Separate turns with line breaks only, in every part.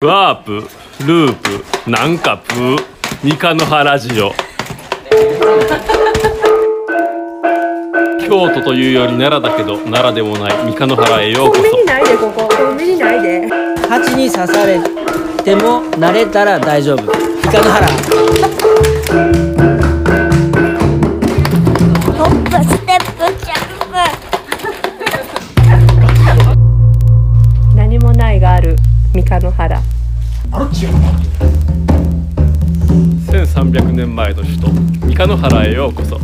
ワープループなんかプー三日の原ラジオ京都というより奈良だけど奈良でもない三日の原へようこ
コンビ
そ
ニないでここコンビニないで
蜂に刺されても慣れたら大丈夫イカの腹
ホップステップジャンプ
何もないがある三日の原
1300年前の首都三日の原へようこそ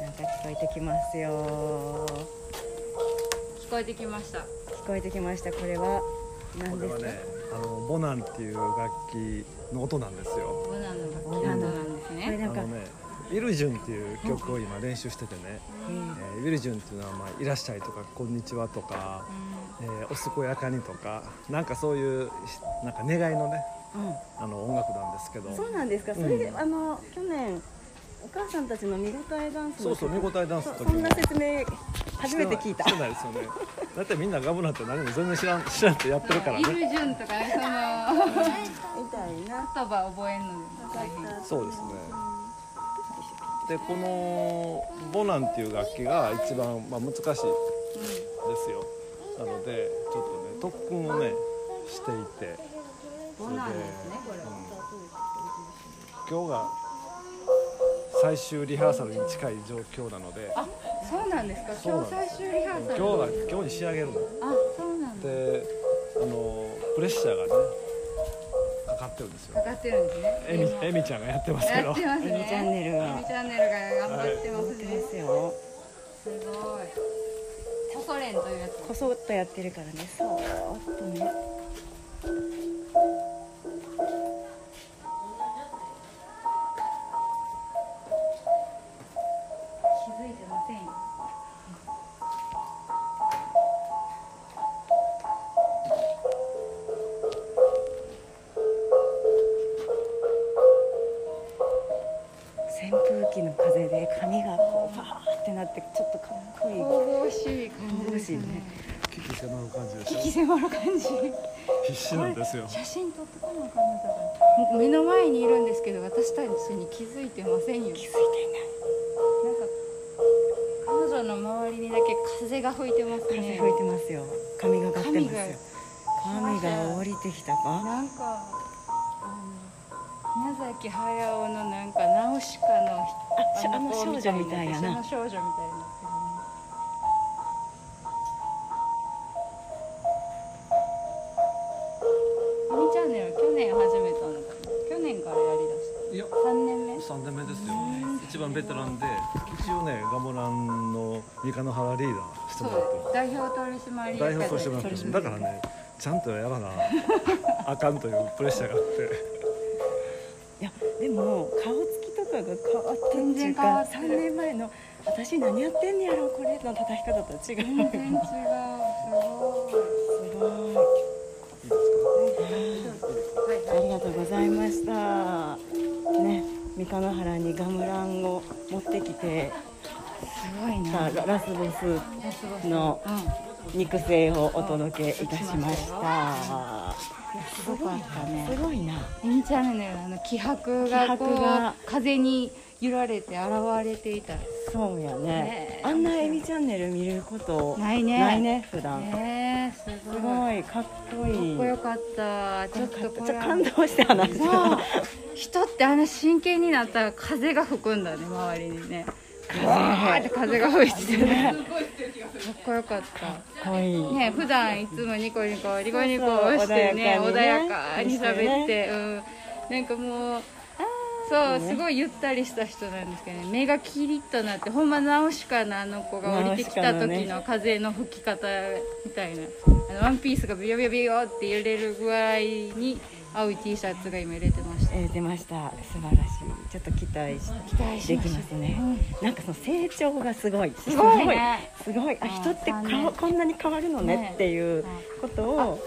なんか聞こえてきますよ。
聞こえてきました。
聞こえてきました。これは何
これ
です
は
か
ね。あのボナンっていう楽器の音なんですよ
ボナの楽器などなんです
これ
ね。
な
あ
んか
のねウィルジュンっていう曲を今練習しててね、えーウィルジュンっていうのは、まあ「いらっしゃい」とか「こんにちは」とか「えーおすこやかに」とかなんかそういうしなんか願いのね、あの音楽なんですけど
そうなんですか。それで、あの去年お母さんたちの見応えダンスの
そうそう見応えダンスの
そ
時
そんな説明初めて聞いた
して。ないですよねだってみんなガムなんて何も全然知らん知らんってやってるから
イル
ね
ジュンとかね、その
みた
言
いな。
葉覚えるのでも大変。
そうですねでこのボナンっていう楽器が一番、まあ、難しいですよなのでちょっとね特訓をねしていて
ボナンですね、これは。
今日が最終リハーサルに近い状況なので
あ、そうなんですか。
そう
今
なんで
日最
す
終リハー
今
サル。
日が今日に仕上げるの
あ、そうなんだ。
であのプレッシャーがねかかってるんです
か
よ
かってるんですね。
えみえみちゃんがやってますけ
や
ど
ってます
ミニチャン
ね。
ネルは
みチャンネルが頑張ってます
で
ね。
すよ。
すごい。コソ連というやつ。
こそっとやってるからね。そーっとね。
気づいてませんよ。
扇風機の風で髪がこうパーってなってちょっとかっこいい。
神々しい感じで
神々
す
しい ね
ね。
聞き迫る感じでし
引
ょ
き迫る感じ。
必死なんですよ
写真撮ってこなあかんなだから目の前にいるんですけど私たちに気づいてませんよ気づいてないなんか彼女の周りにだけ風が吹いてます
風
ね
吹いてますよ。髪がかってます
髪が
よ。髪が降りてきたか。
なんかあの宮崎駿のなんかナウシカの
あの
子
少女みたいや
あの
な。
少女みたいなミニチャンネルは去年始めたのかな去年からやりだした
いや
三年目。
三年目ですよ、一番ベテランで一応ねガモランの三日の原リーダーして
そ
もらってま
う、代表取締
す
役。
代表としてもらってますだからねちゃんとやらなあかんというプレッシャーがあって
いやでも顔つきとかが変わってん
全然
っていう
変わっ
か
てる
3年前の私何やってんねやろこれの叩き方と違う
全然違う。す
すごい
ごい。
ありがとうございましたね三日野原にガムランを持ってきて
すごい
さあ
な。
ララスボスの
うん。
肉声をお届けいたしましたすごかったねすごいな
ミニチャンネルのあの気迫がこ
気迫が
う風に揺られて現れていた。
そうや
ね
ね
え
あんなエミチャンネル見ること
ないね
ないね普段
ねえ、す
す
ごい。かっ
ごいかっこいい
こよかった。ちょっとこ
ち
れ
ょっと
は
感動して話 した
そう。人ってあの真剣になったら風が吹くんだね周りにね。ガーって風が吹いててね。かっこよかった。
かっこいい
ね、普段いつもニコニコニコニコしてね
そうそう
穏
穏
や
や
か
か
に
にね
喋って、うん、なんかもうあそうすごいゆったりした人なんですけどね目がキリッとなってほんまナウシカのあの子が降りてきた時の風の吹き方みたいな、あのワンピースがビヨビヨビヨって揺れる具合に青い T シャツが今入れてました
えー出ました素晴らしいちょっと期待し期待できますね、なんかその成長がすごいす
ごいね
すごいあ
うん
人って
残
顔
念
こんなに変わるの
ね
ねっていうことを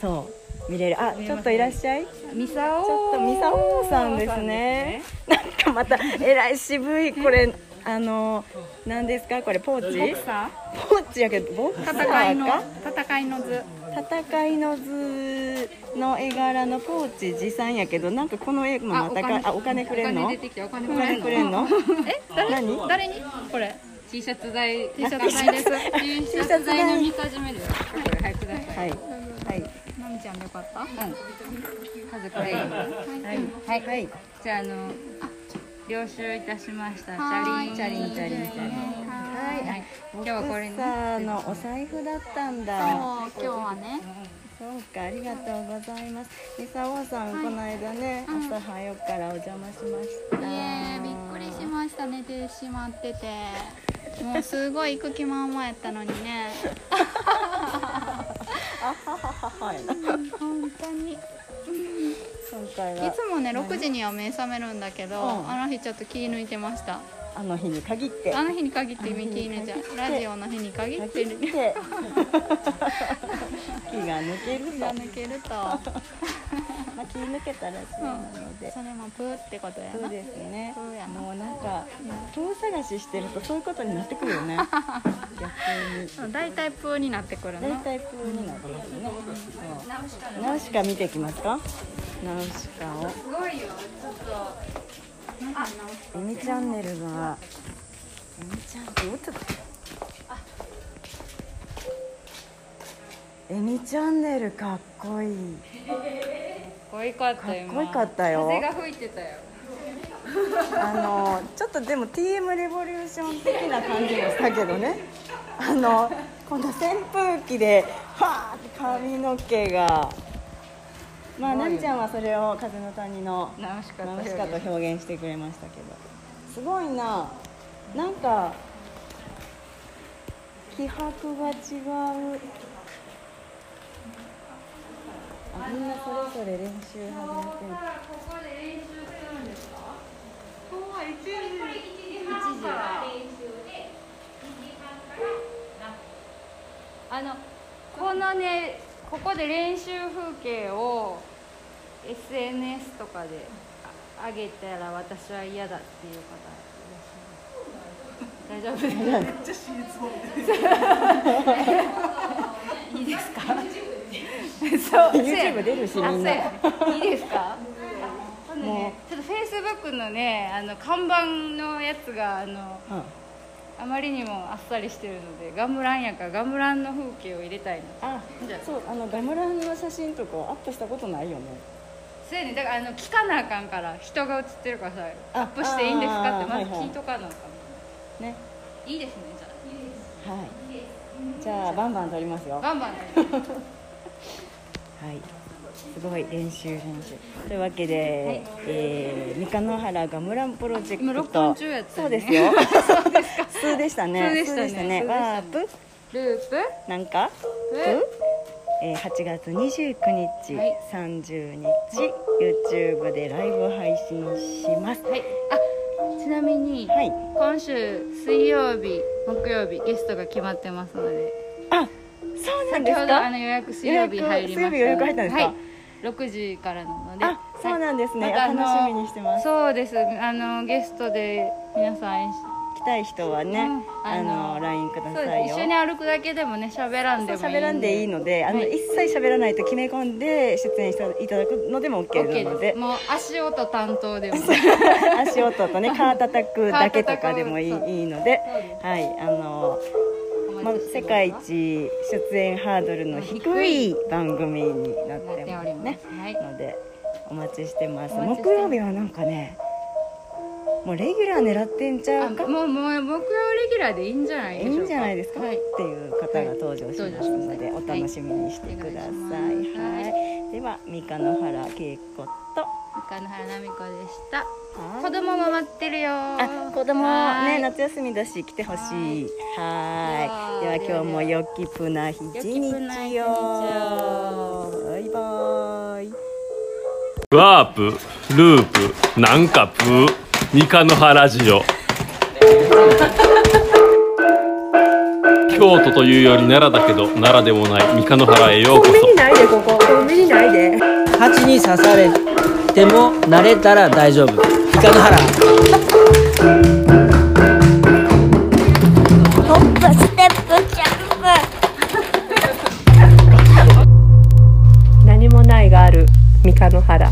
そう見れるあ
見えますね
ちょっといらっしゃいち
うん、ミサオ
ょっとミサオさんですねなんかまたえらい 渋いこれあの何ですかこれポー
ボク
チ
サ
ポーチやけどボクサ
ー
ーか
戦いの戦いの図
戦いの図の絵柄のポーチ持参やけどなんかこの絵もまたかあお金くれん
お
の
金出てきたお金
お
くれん
金
の
くれんの
え誰
何
誰にこれ T シャツ代 T シャツ代です T シャツ代の見かじめですこれ早ください
はいはい
まみちゃんでよかったうん家族でいいはい
はい
じゃああのあ領収いたしましたチャリンチャリンチャリンチャリンはい今日はこれね
さあのお財布だったんだ
もう今日はね
そうかありがとうございますみさおさん、この間ね朝早くからお邪魔しました
いえびっくりしました寝てしまっててもうすごい行く気満々やったのにね
はい
本当にい
今回は
つもね6時には目覚めるんだけど
うん
あの日ちょっと気抜いてました
あの日に限って
あの日に限ってみ気抜いちゃうラジオの日に限って
限って気 が抜ける
気
と
が抜けると
まあ、気抜けたらそうなので、
それもプーってことや
そう
な
ですね
そうやな
もうなんか遠探ししてるとそういうことになってくるよね逆に
そう大体プーになってくる
大
な
体プーになってますねそうナウシカ見ていきますかナウシカを
すごいよちょっ
「海チャンネル」が「海チャンネル」ちょっとエミチャンネルかっこいい
とかっこよかったよ
かっこよかったよ
風が吹いてたよ
あのちょっとでも TM レボリューション的な感じもしたけどねあのこの扇風機ではーって髪の毛がまあなみちゃんはそれを「風の谷」の
ナウシカと
楽しかった表現してくれましたけどすごいななんか気迫が違うあみんなそれぞれ練習始めてる
あのこのねここで練習風景を SNS とかであ上げたら私は嫌だっていう方いらっしゃいます大丈夫ですめっちゃいいですかそう
YouTube 出るしみんな
あそうやいいです かあ今度ねちょっとフェイスブックのねあの看板のやつがあの
うん
あまりにもあっさりしてるのでガムランやからガムランの風景を入れたいな
あ
じゃあ
そうあのガムランの写真とかアップしたことないよね
そうやねだからあの聞かなあかんから人が写ってるからさ
あ
アップしていいんですかってまず
あーはいはい
聞いとかなあかん、
ね
い、いですねじゃ
はいじゃあバンバン撮りますよ
あ
は
バンバンね
いすごい練習練習というわけで、えー、三日野原ガムランプロジェクト
今録音中やった
そう
よ
で
ね
す よそうですか普通でしたね
普通でしたね普通でしたね
普通ワープ
ループ
なんかえー8月29日、
はい
30日 YouTube でライブ配信します
はいあちなみに、
はい
今週水曜日木曜日ゲストが決まってますので
あそうなんで
先
す
ほどあ
か
の予約水曜日
予約
入りました
水曜日予約入ったんですか
はい6時からなので
あそうなんですね、
またあの
楽しみにしてます
そうですあのゲストで皆さん一緒
来たい人はね、
うん
あの
あの
LINE くだ
そう
さい
です
よ
一緒に歩くだけでもね喋らんでもいい
喋らんでいいので、あの
はい
一切喋らないと決め込んで出演していただくの でも OK なの
OK で、
です
もう足音担当でも
足音とね、カー叩くだけとかでもいい
そう
いいので、はい、あの、ま、世界一出演ハードルの低い番組にな
なっ
っ
ててお
ま
り
す
ま
ね
す、。はい
ので、お待ちしてます。
お待ちして
木曜日はなんかね、もうレギュラー狙ってんちゃ
あ
うか
もうもう木曜レギュラーでいいんじゃない
い
でしょう
い
か
んじゃないですか、
はい
っていう方が登場しますので、
はい
お楽しみにしてください、
はいお願いします
はいでは三日野原恵子
三家
と
の原奈美子でした子供も待ってるよ
あ子供
はー
ね
い
夏休みだし来てほしいはーい
はい
では今日もよきぷなひじに
よきぷなひ
ち
じにち
よバイバイ
ワープループなんかプー三日の原ジオ京都というより奈良だけど奈良でもない三日の原へようこ
目
そ
にないでここここ目にないで
蜂に刺されても慣れたら大丈夫イカの原
ホップステップジャンプ
何もないがある三日の原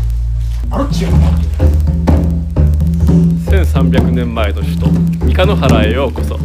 1300年前の首都三日の原へようこそ